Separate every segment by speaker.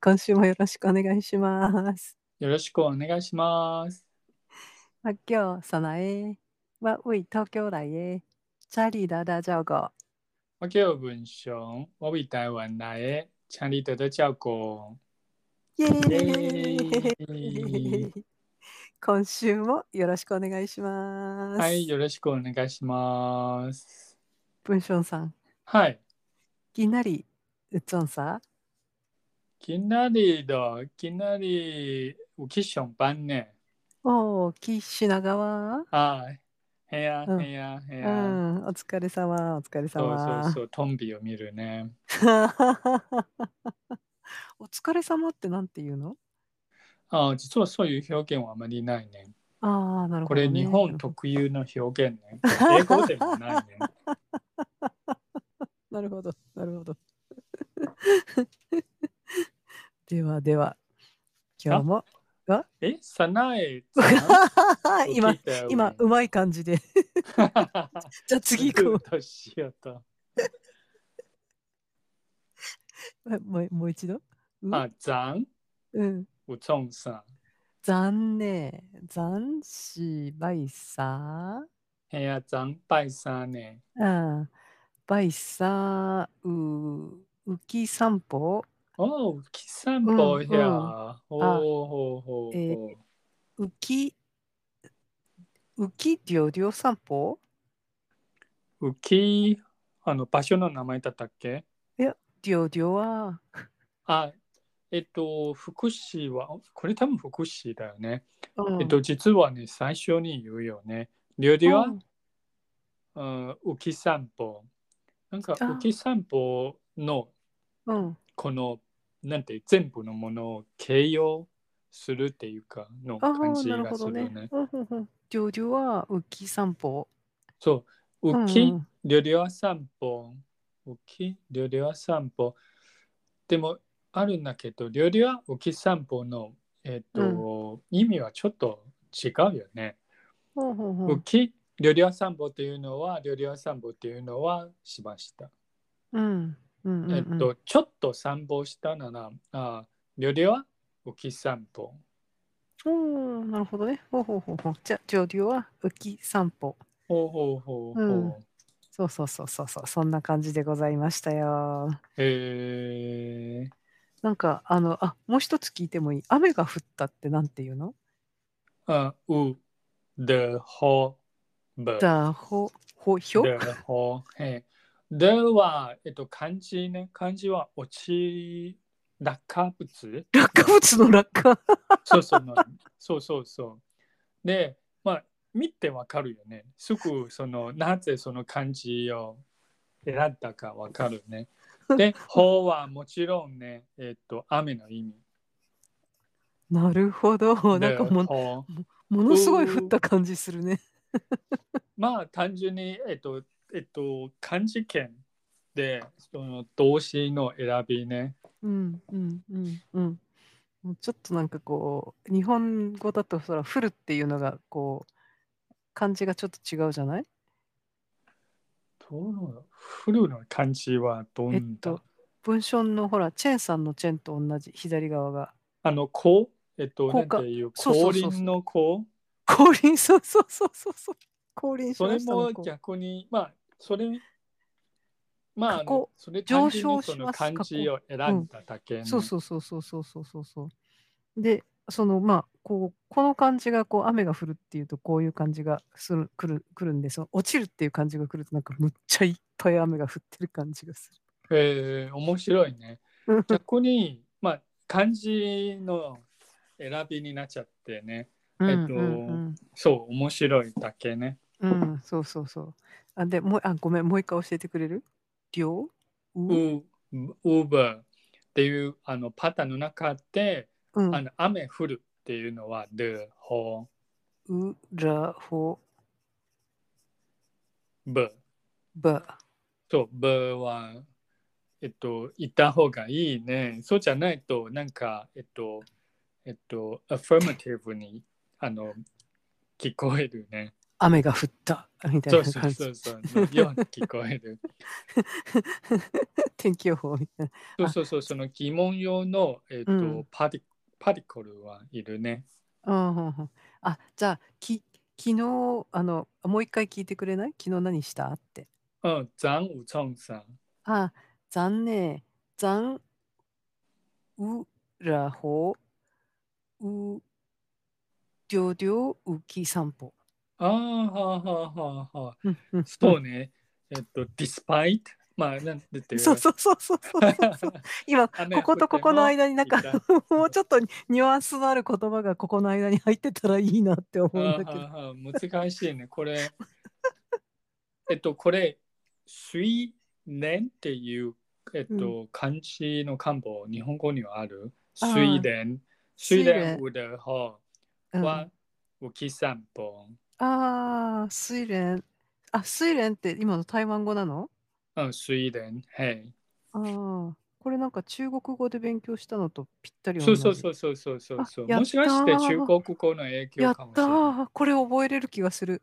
Speaker 1: 今週もよろしくお願いします。
Speaker 2: よろしくお願いします。
Speaker 1: 학교사나에와위도쿄라에자리다다저거
Speaker 2: 我叫文雄，我为台湾来的，请你多多照顾。
Speaker 1: イ
Speaker 2: イ
Speaker 1: エー
Speaker 2: エ
Speaker 1: イ今週もよろしくお願いします。
Speaker 2: はい、よろしくお願いします。
Speaker 1: 文章さん、
Speaker 2: はい、
Speaker 1: きなりうっつんさ、
Speaker 2: きなりだ、きなり、うき上班呢。
Speaker 1: おお、き品川。
Speaker 2: あ、へや
Speaker 1: うん
Speaker 2: へやへ
Speaker 1: う
Speaker 2: や。
Speaker 1: ん、お疲れ様、お疲れ
Speaker 2: そう
Speaker 1: 様。
Speaker 2: そうそう、トンビを見るね。
Speaker 1: お疲れ様ってなんて言うの
Speaker 2: あ、実はそういう表現はあまりないね。
Speaker 1: ああ、なる
Speaker 2: こ
Speaker 1: ほど、ね。
Speaker 2: れ日本特有の表現ね。英語でもないね。
Speaker 1: なるほど、なるほど。 ではでは、今日も。
Speaker 2: え、さなえさん。
Speaker 1: 今、 今、うまい感じで。じゃあ 次行こ
Speaker 2: う。どうしようと。
Speaker 1: う。 もうもう一度。う
Speaker 2: あ、ざん、
Speaker 1: うん。
Speaker 2: うちょんさ
Speaker 1: 残念。残しばいさ。
Speaker 2: ん。へやざんぱいさんね。
Speaker 1: うん。ばいさ、う、浮き散歩。
Speaker 2: おう、きさんぽ
Speaker 1: うん
Speaker 2: や。
Speaker 1: うん
Speaker 2: お
Speaker 1: あ
Speaker 2: おほうほう
Speaker 1: え
Speaker 2: ほう。
Speaker 1: 浮き、浮きりょうりょう散歩
Speaker 2: うき、あの場所の名前だったっけ
Speaker 1: りょうりょうは。
Speaker 2: あ、えっと、福祉は、これ多分福祉だよね。
Speaker 1: うん
Speaker 2: えっと、実はね、最初に言うよね。りょうりは、
Speaker 1: うん
Speaker 2: うん、うき散歩。なんか、
Speaker 1: あ
Speaker 2: うき散歩の
Speaker 1: うん。
Speaker 2: このなんて全部のものを形容するっていうかの
Speaker 1: ああ、
Speaker 2: 感じ
Speaker 1: なる
Speaker 2: が
Speaker 1: ほ
Speaker 2: す
Speaker 1: ど
Speaker 2: るね。
Speaker 1: ね。うんうんうん。りょうりょうは浮き散歩。
Speaker 2: そう、
Speaker 1: うんう
Speaker 2: 浮
Speaker 1: ん
Speaker 2: き、りょりょは散歩。浮き、りょりょは散歩。でもあるんだけど、りょりょは浮き散歩の、えっと意味はちょっと違うよね。
Speaker 1: ほうほうほ
Speaker 2: 浮
Speaker 1: う。
Speaker 2: き、りょりょは散歩っていうのは、りょりょは散歩っていうのはしました。
Speaker 1: うん。うんうんうん
Speaker 2: えっと、ちょっと散歩したなら、ありょりょは浮き散歩。
Speaker 1: おーなるほどね。ほうほうほうほう。じゃあ、上流は浮き散歩。
Speaker 2: ほうほうほうほう。
Speaker 1: うんそうそうそうそうそう。そんな感じでございましたよ。
Speaker 2: へえ。
Speaker 1: なんか、あの、あ、もう一つ聞いてもいい。雨が降ったってなんて言うの
Speaker 2: あ、う、で、ほ、ぶ。
Speaker 1: だ、ほ、ほ、ひょ
Speaker 2: で、ほ、へ。では、えっと、漢字ね。漢字は、落ち、落下 物
Speaker 1: 落下物の落下。
Speaker 2: そうそうなの、そうそうそう。で、まあ、見てわかるよね。すぐ、その、なぜその漢字を選んだかわかるね。で、ほはもちろんね、えっと、雨の意味。
Speaker 1: なるほど。なん
Speaker 2: で
Speaker 1: かも、
Speaker 2: ほ
Speaker 1: ものすごい降った感じするね。
Speaker 2: まあ単純に、えっと、えっと、漢字圏で、その動詞の選びね。
Speaker 1: うん、うん、うん、うん。もうちょっとなんかこう、日本語だと、そら、降るっていうのが、こう、漢字がちょっと違うじゃない
Speaker 2: どの、フルの漢字はどんな、
Speaker 1: えっと文章のほら、チェンさんのチェンと同じ、左側が。
Speaker 2: あの、こう、えっと、
Speaker 1: こ
Speaker 2: な
Speaker 1: うんか
Speaker 2: ていう、
Speaker 1: そうそ
Speaker 2: 降
Speaker 1: うそう
Speaker 2: 臨のこう。
Speaker 1: 降臨、そうそうそうそうそう。降臨し
Speaker 2: そ
Speaker 1: ま
Speaker 2: れ
Speaker 1: した
Speaker 2: も
Speaker 1: のこう
Speaker 2: 逆に、まあ、それ、まああ
Speaker 1: こ
Speaker 2: の
Speaker 1: こ、
Speaker 2: それ単
Speaker 1: 上
Speaker 2: 純
Speaker 1: 昇
Speaker 2: に
Speaker 1: し
Speaker 2: その
Speaker 1: ます
Speaker 2: 漢字を選んだだけね、
Speaker 1: そうそうそうそうそうそうそうそう。で、そのまあこうこの感じがこう雨が降るっていうとこういう感じがするくるくるんで、その落ちるっていう感じがくるとなんかむっちゃいっぱい雨が降ってる感じがす
Speaker 2: えー面白いね。
Speaker 1: る。
Speaker 2: 逆に、まあ、漢字の選びになっちゃってね。
Speaker 1: うん
Speaker 2: えっと
Speaker 1: うん
Speaker 2: そう、面白いだけね。
Speaker 1: うん、うん、そうそうそう。あでもうあごめんもう一回教えてくれる？量？
Speaker 2: ウ
Speaker 1: う？
Speaker 2: ーバーっていうあのパターンの中で、
Speaker 1: うん
Speaker 2: あ。の雨降るっていうのは、で、ほ、
Speaker 1: うらほ
Speaker 2: ぶ。
Speaker 1: ば。
Speaker 2: そう、ぶは、えっと、いた方がいいね。そうじゃないと、なんか、えっと、えっと、アファーマティブに、あの、聞こえるね。
Speaker 1: 雨が降ったみたい
Speaker 2: そ
Speaker 1: な
Speaker 2: うそ
Speaker 1: 感
Speaker 2: う
Speaker 1: じ
Speaker 2: そうそう。ように聞こえる。
Speaker 1: 天気予報みたいな。
Speaker 2: そうそう そう。その疑問用の、えっと
Speaker 1: うん
Speaker 2: パリパリコルはいるね。
Speaker 1: うんうんうんあじゃあき昨日あのもう一回聞いてくれない昨日何したって。
Speaker 2: うん、残武冲さん。
Speaker 1: あ残念残うらほうりょうりょううき散歩。
Speaker 2: ああ、はあはあはあはあ。
Speaker 1: うんうん
Speaker 2: そうね。えっと、despite。まあ、なんて言ってる
Speaker 1: そうそうそうそうそうそう そう。今
Speaker 2: 雨
Speaker 1: こことここの間になんか
Speaker 2: 降っ て
Speaker 1: もうちょっとニュアンスのある言葉がここの間に入ってたらいいなって思
Speaker 2: あ
Speaker 1: うんだけど。
Speaker 2: あああ難しいね、これ。えっと、これ、水年っていう、えっと、漢字の漢方、日本語にはある。
Speaker 1: ああ
Speaker 2: 水年。水
Speaker 1: 水
Speaker 2: 年
Speaker 1: 蓮
Speaker 2: うでほ
Speaker 1: うん
Speaker 2: は、浮き三本。
Speaker 1: ああ、睡蓮。あ、睡蓮って今の台湾語なの
Speaker 2: うん、水蓮。はい。
Speaker 1: ああ、これなんか中国語で勉強したのとぴったり
Speaker 2: そ
Speaker 1: 同
Speaker 2: う
Speaker 1: じ。
Speaker 2: そうそうそうそうそうそう。
Speaker 1: あやったー
Speaker 2: もしかして中国語の影
Speaker 1: や
Speaker 2: 響
Speaker 1: っ
Speaker 2: かもしれ
Speaker 1: た
Speaker 2: な
Speaker 1: ーこれ覚えれる気がする。
Speaker 2: はい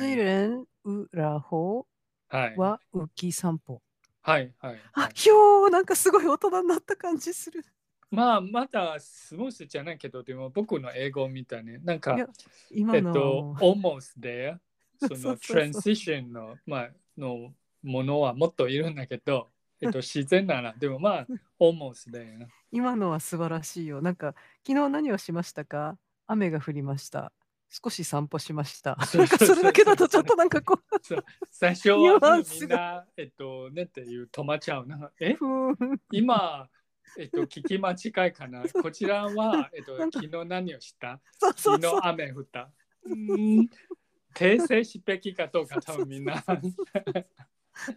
Speaker 1: 睡蓮うらほ
Speaker 2: い。はい。
Speaker 1: は浮き散歩。
Speaker 2: はい。はい。は
Speaker 1: あ
Speaker 2: い、
Speaker 1: ひょー、なんかすごい大人になった感じする。
Speaker 2: まあ、まだスムースじゃないけど、でも僕の英語みたいね。なんか
Speaker 1: いや、今
Speaker 2: えっ
Speaker 1: のは
Speaker 2: と
Speaker 1: も、
Speaker 2: almost there そ
Speaker 1: そうそ
Speaker 2: の
Speaker 1: うそ
Speaker 2: ト
Speaker 1: う
Speaker 2: ランシションの、まあ、のものはもっといるんだけど、えっと、自然なら、でもまあ、almost there。
Speaker 1: う今のは素晴らしいよ。なんか昨日何をしましたか雨が降りました。少し散歩しました。
Speaker 2: そう
Speaker 1: なんかそれだけだとちょっとなんかこう、
Speaker 2: そう最初
Speaker 1: いや
Speaker 2: はもうみ
Speaker 1: す
Speaker 2: ん
Speaker 1: ごい
Speaker 2: な、えっと、ねっていう止まっちゃうな。え
Speaker 1: ふーん
Speaker 2: 今、えっと、聞き間違いかな。こちらは、えっと、昨日何をした
Speaker 1: そうそ
Speaker 2: 昨
Speaker 1: うそう
Speaker 2: 日。雨降った。うーん訂正すべきかどうか多分みんな。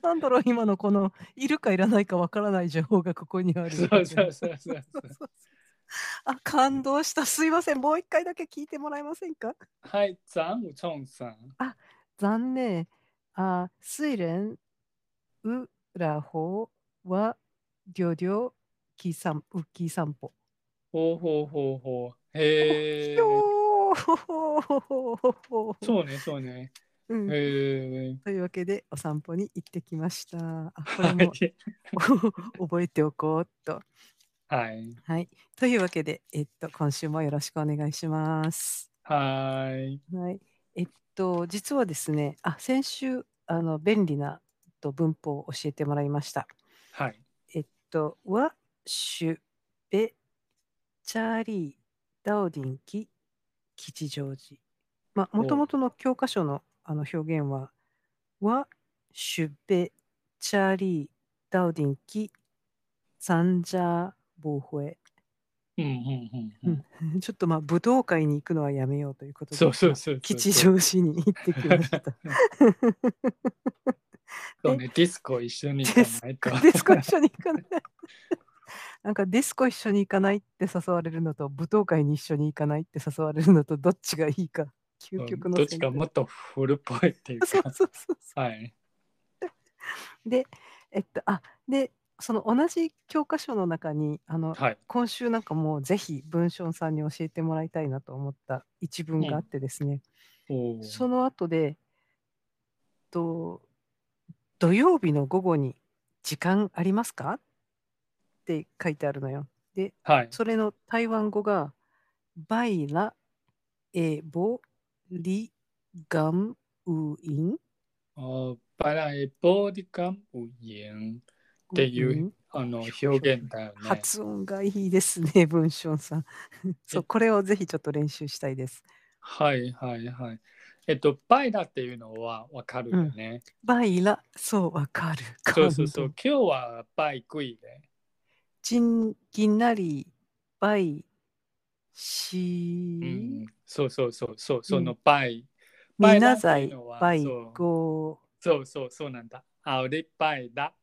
Speaker 1: なんだろう今のこのいるかいらないかわからない情報がここにある。
Speaker 2: そうそうそうそうそう。
Speaker 1: あ感動したすいませんもう一回だけ聞いてもらえませんか
Speaker 2: はい、ザンウチョンさん。
Speaker 1: 残念あ睡蓮うらほはりょうりょうきさんうきさんぽ。
Speaker 2: ほうほうほうほう。へえ
Speaker 1: ひ。ょー
Speaker 2: そうね、そうね。
Speaker 1: うん
Speaker 2: へえ。
Speaker 1: というわけでお散歩に行ってきました。あこ
Speaker 2: は
Speaker 1: れも
Speaker 2: い。
Speaker 1: 覚えておこうっと。
Speaker 2: はい。
Speaker 1: はい。というわけで、えっと、今週もよろしくお願いします。
Speaker 2: はい。
Speaker 1: はい。えっと、実はですね、あ、先週、あの、便利なえっと文法を教えてもらいました。
Speaker 2: はい。
Speaker 1: えっと、わ、しゅ、べ、チャーリー、ダオディンキ、吉祥寺。まあ、もともとの教科書のあの表現は、わ、しゅ、べ、チャーリー、ダオディンキ、サンジャー、ボーホエ。
Speaker 2: うんうんうんう。
Speaker 1: うんんちょっとまあ武道会に行くのはやめようということで、
Speaker 2: そうそうそうそう。
Speaker 1: 吉祥寺に行ってきました。
Speaker 2: そうね、ディスコ一緒に行かないと。
Speaker 1: ディスコ一緒に行かない。 なんかディスコ一緒に行かないって誘われるのと舞踏会に一緒に行かないって誘われるのとどっちがいいか究極の
Speaker 2: どっちかもっと古っぽいっていう
Speaker 1: 選択
Speaker 2: か。
Speaker 1: そうそうそうそ
Speaker 2: はい。
Speaker 1: うでえっとあでその同じ教科書の中にあの
Speaker 2: はい。
Speaker 1: 今週なんかもうぜひ文章さんに教えてもらいたいなと思った一文があってですね、
Speaker 2: おー
Speaker 1: その後で、と、土曜日の午後に時間ありますかって書いてあるのよ。で、
Speaker 2: はい。
Speaker 1: それの台湾語が、バイラ、エボ、リ、ガン、ウイン。
Speaker 2: おバラエボディカンウインってい
Speaker 1: ウイ
Speaker 2: う
Speaker 1: ン
Speaker 2: あの表現だよね。
Speaker 1: 発音がいいですね、文章さん。そ
Speaker 2: え
Speaker 1: う、これをぜひちょっと練習したいです。
Speaker 2: はいはいはい。えっと、バイラっていうのはわかるよね。
Speaker 1: バイラ、そう、わかる。
Speaker 2: そうそうそう、
Speaker 1: 感動。
Speaker 2: 今日はバイクイで。
Speaker 1: ジン、ギナリ、バイ、シ
Speaker 2: う
Speaker 1: ー。
Speaker 2: ん、そうそうそうそう、そ
Speaker 1: うん
Speaker 2: のバイ。
Speaker 1: みなざ
Speaker 2: バイラってい
Speaker 1: いう
Speaker 2: のは
Speaker 1: バイ
Speaker 2: そう
Speaker 1: ゴ
Speaker 2: そうそうそうなんだ。あおりバイだ。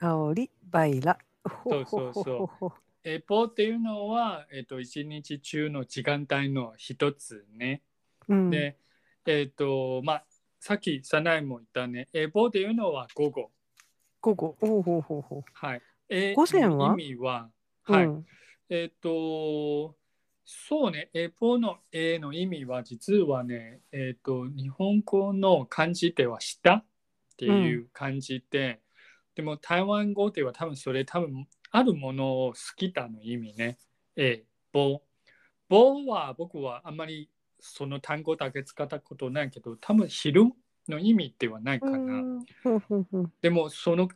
Speaker 1: ー香りバイラ。
Speaker 2: そうそうそ
Speaker 1: ほほ
Speaker 2: う
Speaker 1: ほほほ
Speaker 2: エポっていうのは、えっと、一日中の時間帯の一つね。
Speaker 1: うん、
Speaker 2: で、えっと、まあ、さっき、サナイも言ったね。エポっていうのは午後。
Speaker 1: 午後。おうほうほうほう
Speaker 2: はい。え
Speaker 1: 午前は
Speaker 2: 意味は、はい。
Speaker 1: うん
Speaker 2: えっと、そうね、エポの絵の意味は実はね、えっ、と、日本語の漢字では下っていう漢字で、でも台湾語では多分それ多分あるものを好きだの意味ね。え棒。棒は僕はあんまりその単語だけ使ったことないけど、多分昼の意味ではないかな。
Speaker 1: うんふんふんふん
Speaker 2: でもその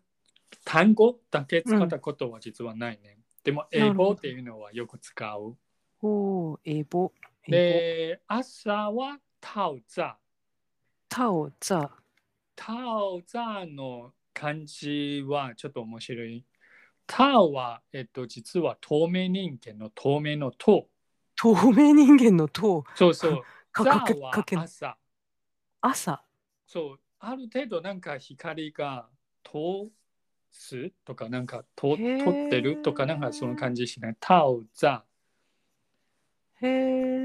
Speaker 2: 単語だけ使ったことは実はないね。でも英語っていうのはよく使う。
Speaker 1: おー、英語。英語
Speaker 2: で、朝はタオザ。
Speaker 1: タオザ。
Speaker 2: タオザの漢字はちょっと面白い。タオは、えっと、実は透明人間の透明の塔。
Speaker 1: 透明人間の塔。
Speaker 2: そうそう。
Speaker 1: か
Speaker 2: ザ
Speaker 1: かけ
Speaker 2: は
Speaker 1: かけ
Speaker 2: 朝。
Speaker 1: 朝。
Speaker 2: そう。ある程度なんか光が通すとかなんかと
Speaker 1: へー
Speaker 2: 取ってるとかなんかその感じしない。タオザ。
Speaker 1: へ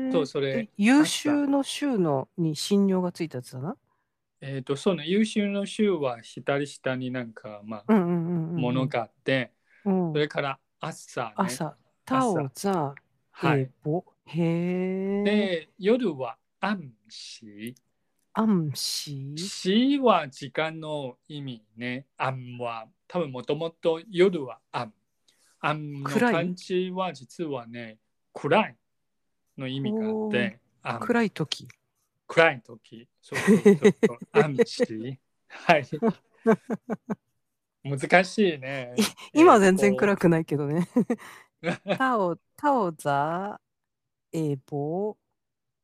Speaker 1: え。
Speaker 2: そう、それ
Speaker 1: え。優秀の州のに信用がついたやつだな。
Speaker 2: えっ、と、その優秀の州は左下になんか、ま
Speaker 1: う
Speaker 2: あ、
Speaker 1: んうんうんうん。
Speaker 2: ものがあって、
Speaker 1: うん
Speaker 2: それから朝、ね。
Speaker 1: 朝。タオザ。
Speaker 2: はい
Speaker 1: 英。語。へえ。
Speaker 2: で、夜は暗視。
Speaker 1: アンシー。
Speaker 2: 死は時間の意味ね。暗は、多分もともと夜は暗。暗の
Speaker 1: 暗い
Speaker 2: 漢字は実はね、暗いの意味があって、暗
Speaker 1: 暗い時。
Speaker 2: 暗い時。そうそうそうそう。 暗視。はい。難しいね。
Speaker 1: 今全然
Speaker 2: い。
Speaker 1: 暗くないけど ね。タオ、タオザ。英語。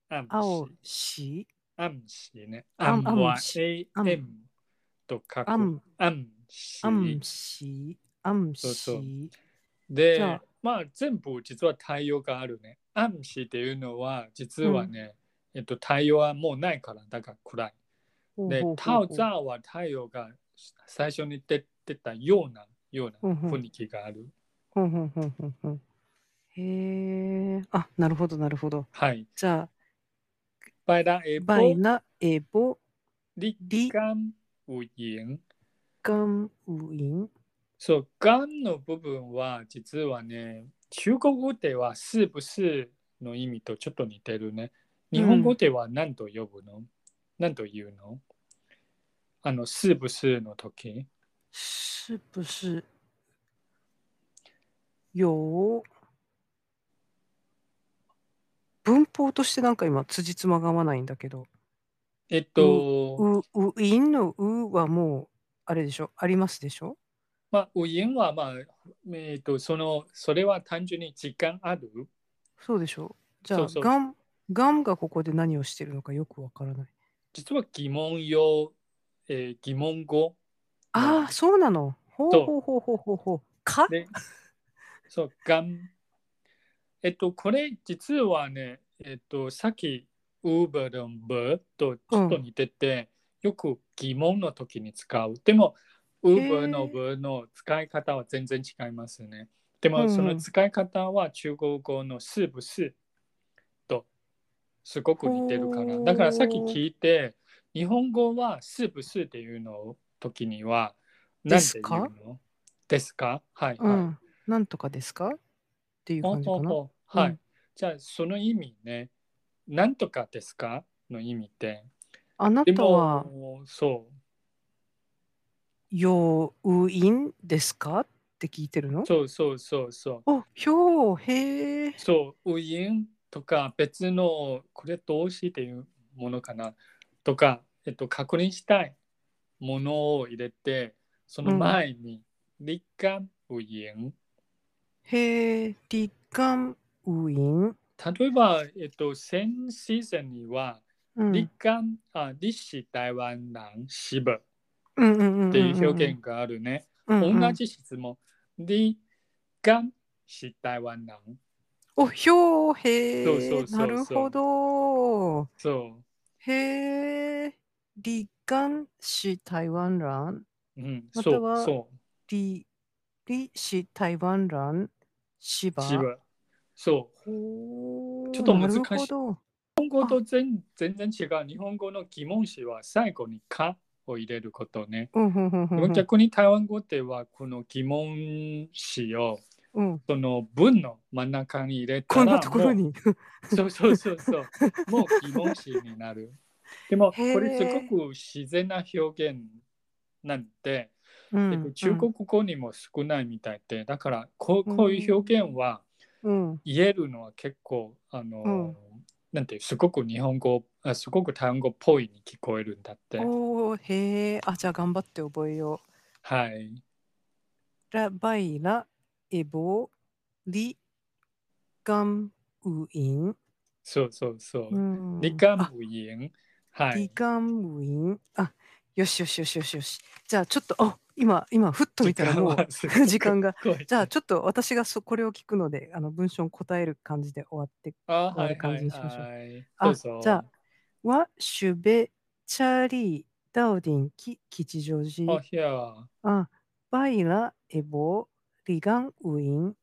Speaker 2: 暗
Speaker 1: 青
Speaker 2: 視。
Speaker 1: し。
Speaker 2: 暗視ね。
Speaker 1: 暗
Speaker 2: 暗は
Speaker 1: 暗視
Speaker 2: AM と書く。
Speaker 1: 暗
Speaker 2: 暗視。
Speaker 1: アンシー。アンシ
Speaker 2: そうそう
Speaker 1: ー。じゃ
Speaker 2: で
Speaker 1: あ、
Speaker 2: まあ全部実は対応があるね。暗視っていうのは実はね、えっと対応はもうないから、だから暗い。
Speaker 1: ほう
Speaker 2: で
Speaker 1: ほう、
Speaker 2: タ
Speaker 1: ほう
Speaker 2: オザーは太陽が最初に出てたような、よう
Speaker 1: うんう
Speaker 2: なん雰囲気がある。
Speaker 1: ほうほうほうほうほうへえ。あ、なるほど、なるほど。
Speaker 2: はい。
Speaker 1: じゃあ、
Speaker 2: バイラエボ
Speaker 1: バイナ、エボ、
Speaker 2: リ
Speaker 1: リ
Speaker 2: ガンウイン。
Speaker 1: ガン、ウイン。
Speaker 2: そう、ガンの部分は実はね、中国語では是不是の意味とちょっと似てるね。日本語では何と呼ぶの、何と言うのあの、是不是の時。
Speaker 1: 是不是有文法としてなんか今、辻褄が合わないんだけど、
Speaker 2: えっと、
Speaker 1: ウ、ウインのウはもう、あれでしょありますでしょ
Speaker 2: まあ、ウインはまあ、えっと、その、それは単純に時間ある
Speaker 1: そうでしょじゃあ、
Speaker 2: そうそう
Speaker 1: ガン、ガンがここで何をしてるのかよくわからない。
Speaker 2: 実は疑問用、えー疑問語。
Speaker 1: ああ、そうなの。ほう
Speaker 2: そう
Speaker 1: ほうほうほうほうほう。か
Speaker 2: で、そう、ガン。えっと、これ実はね、えっと、さっき、ウーバーのブとちょっと似てて、よく疑問の時に使う。でも、ウーバーのブの使い方は全然違いますね。で
Speaker 1: うんう
Speaker 2: も、
Speaker 1: ん
Speaker 2: その使い方は中国語の是不是とすごく似てるから。
Speaker 1: ほう
Speaker 2: だからさっき聞いて、日本語は是不是っていうのを時には、
Speaker 1: で
Speaker 2: 何
Speaker 1: す
Speaker 2: て言
Speaker 1: か
Speaker 2: うのですかはい、
Speaker 1: う
Speaker 2: はい。
Speaker 1: ん。なんとかですかっていう
Speaker 2: お
Speaker 1: 感じかな。
Speaker 2: おおはい、
Speaker 1: うん
Speaker 2: じゃあその意味ね、なんとかですかの意味で。
Speaker 1: あな
Speaker 2: で
Speaker 1: たは、
Speaker 2: も、そ
Speaker 1: よういんですかって聞いてるの
Speaker 2: う、そうそうそうそう。
Speaker 1: お、ひょう、へえ。
Speaker 2: そう、ウインとか別の、これ動詞っていうものかなとか、えっと、確認したいものを入れて、その前に、立漢ウイン。
Speaker 1: へえ、りかんういん。
Speaker 2: 例えば、えっと、先シーズンには、
Speaker 1: うん
Speaker 2: 立漢、あ、立志台湾南支部
Speaker 1: うんうんうん。
Speaker 2: っていう表現があるね。
Speaker 1: うんうん。
Speaker 2: 同じ質問。你敢是台湾人？
Speaker 1: お、ひょう、へ
Speaker 2: そうそうそう
Speaker 1: え。
Speaker 2: そう
Speaker 1: なるほど。
Speaker 2: そ
Speaker 1: へえ。りかんし台湾人。
Speaker 2: う。うん、
Speaker 1: ま
Speaker 2: そ
Speaker 1: たは
Speaker 2: う、そ
Speaker 1: り、りし台湾人。し
Speaker 2: う、
Speaker 1: ば。
Speaker 2: 自分。そう。
Speaker 1: ほう
Speaker 2: ちょっと難しい
Speaker 1: なるほど
Speaker 2: 日本語と全全然違う。日本語の疑問詞は最後にかを入れることね。
Speaker 1: うんうんうんう
Speaker 2: で
Speaker 1: んう
Speaker 2: も
Speaker 1: ん
Speaker 2: 逆に台湾語ではこの疑問詞を
Speaker 1: うん。
Speaker 2: その文の真ん中に入れたら
Speaker 1: こんなところ
Speaker 2: も
Speaker 1: に。
Speaker 2: うそうそうそうそうもう疑問詞になるでもこ
Speaker 1: へー
Speaker 2: れすごく自然な表現なんで、
Speaker 1: うん
Speaker 2: で中国語にも少ないみたいでだからこうこういう表現は
Speaker 1: うん。
Speaker 2: 言えるのは結構あの、
Speaker 1: うん
Speaker 2: なんていうすごく日本語あすごく単語っぽいに聞こえるんだって
Speaker 1: おお、へえ。あ、じゃあ頑張って覚えよ
Speaker 2: はい。
Speaker 1: う。ラバイラ、エボ、リ、ガン、ウイン。
Speaker 2: そうそうそうう。
Speaker 1: ん
Speaker 2: 理科
Speaker 1: あ
Speaker 2: 部員。は
Speaker 1: リ
Speaker 2: い。
Speaker 1: ガンウイン。あ、よしよしよしよしよし。じゃあちょっと、あ、今、今、ふっと見たらもう、
Speaker 2: う
Speaker 1: 時間が。じゃあ
Speaker 2: ち
Speaker 1: ちょっと私がそこれを聞くので、あの文章を答える感じで終わって。
Speaker 2: ょっ
Speaker 1: 終わる感じにしましょう
Speaker 2: はい
Speaker 1: あ
Speaker 2: どうぞ。
Speaker 1: じゃあわ、シュベ、チャリ、ダウディン、キ、吉祥
Speaker 2: あ、
Speaker 1: 寺。
Speaker 2: いや。
Speaker 1: あ、バイラ、エボ、リガンウイン。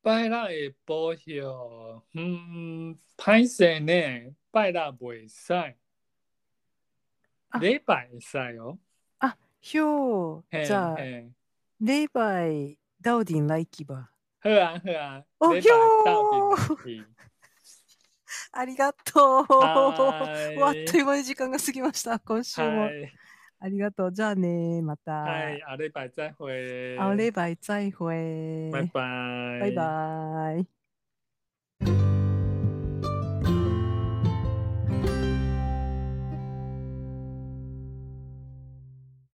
Speaker 2: 拜啦会保佑。うん、歹勢ね。拜啦袂使
Speaker 1: あ。
Speaker 2: 礼拜会使よ。
Speaker 1: あ、ひょ
Speaker 2: へ
Speaker 1: う。
Speaker 2: ー
Speaker 1: じゃあ、
Speaker 2: へ
Speaker 1: レイバイ、ダウディン、ライキバ。
Speaker 2: ー好啊好啊。
Speaker 1: お
Speaker 2: 礼
Speaker 1: ひょー
Speaker 2: 拜到底に行き
Speaker 1: ありがとう。
Speaker 2: はー い
Speaker 1: あっという間に時間が過ぎました。今週も。
Speaker 2: はい。
Speaker 1: ありがとう。じゃあね、また。
Speaker 2: はい。あ礼拜再会。
Speaker 1: あればい、再会。
Speaker 2: 拜拜。
Speaker 1: バイバイ。